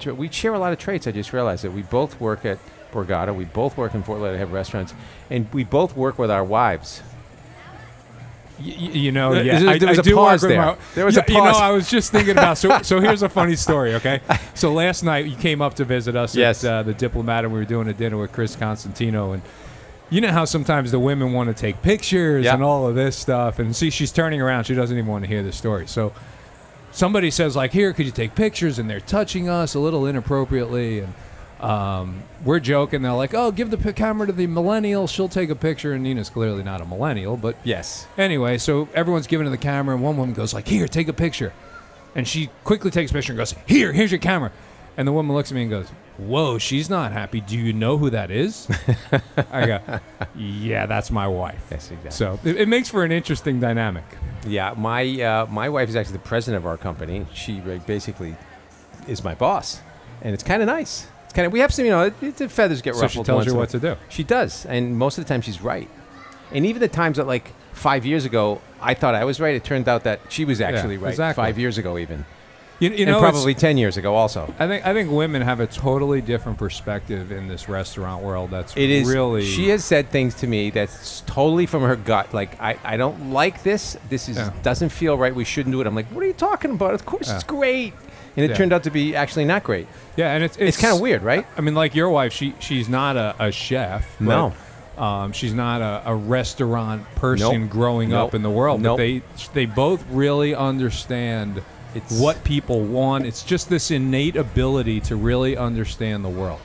tra- we share a lot of traits. I just realized that we both work at Borgata. We both work in Fort Lauderdale restaurants, and we both work with our wives. Y- y- you know, There- yeah, there I, was I a do pause work with there. my- There was Yeah, a You know, pause. I was just thinking about. So, so here's a funny story. Okay, so last night you came up to visit us Yes. at uh, the Diplomat, and we were doing a dinner with Chris Constantino, and you know how sometimes the women want to take pictures Yeah. and all of this stuff, and see, she's turning around. She doesn't even want to hear the story. So somebody says like, "Here, could you take pictures?" and they're touching us a little inappropriately, and um, we're joking. They're like, "Oh, give the pic- camera to the millennial. She'll take a picture." And Nina's clearly not a millennial, but Yes. Anyway, so everyone's giving to the camera, and one woman goes like, "Here, take a picture," and she quickly takes a picture and goes, "Here, here's your camera," and the woman looks at me and goes, "Whoa, she's not happy. Do you know who that is?" I go, "Yeah, that's my wife." Yes, exactly. So it, it makes for an interesting dynamic. Yeah, my uh, my wife is actually the president of our company. She uh, basically is my boss, and it's kind of nice. It's kind of we have some, you know, it, it, the feathers get So ruffled. she tells once you in a- what to do. She does, and most of the time she's right. And even the times that, like five years ago, I thought I was right, it turned out that she was actually right. exactly. Five years ago, even, You, you know, and it's- probably ten years ago, also. I think I think women have a totally different perspective in this restaurant world. That's It is really She has said things to me that's totally from her gut. Like I, I don't like this. This is Yeah. doesn't feel right. We shouldn't do it. I'm like, what are you talking about? Of course Yeah. it's great. And it Yeah. turned out to be actually not great. yeah, and it's It's, kind of weird, right? I mean, like your wife, she she's not a, a chef. but, No. um, she's not a, a restaurant person Nope. growing Nope. up in the world. Nope. But they they both really understand It's- what people want. It's just this innate ability to really understand the world.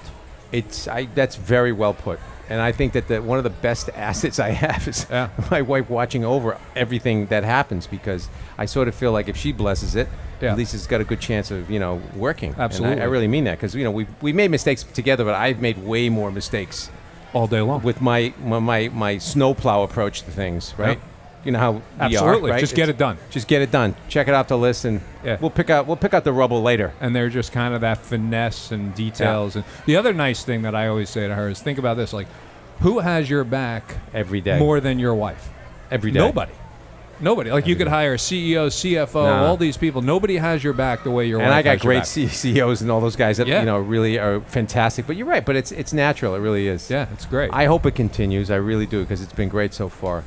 It's I. That's very well put. And I think that the, one of the best assets I have is Yeah. my wife watching over everything that happens because I sort of feel like if she blesses it, Yeah. at least it's got a good chance of you know working. And I- Absolutely. I, really mean that because you know we we made mistakes together, but I've made way more mistakes All day long. with E my my my, my snowplow approach to things, right? You know how we Absolutely. are, right? Just get It's- it done. Just get it done. Check it off the list, and Yeah. we'll pick out we'll pick out the rubble later. and they're just kind of that finesse and details. And the other nice thing that I always say to her is, think about this: like, who has your back Every day. more than your wife? Every day. Nobody. Nobody. Like you could hire a E CEO, CFO, Nah. all these people. Nobody has your back the way your And wife I got has your great back. CEOs and all those guys that Yeah. you know really are fantastic. But you're right. But it's it's natural. It really is. Yeah, it's great. I hope it continues. I really do because it's been great so far.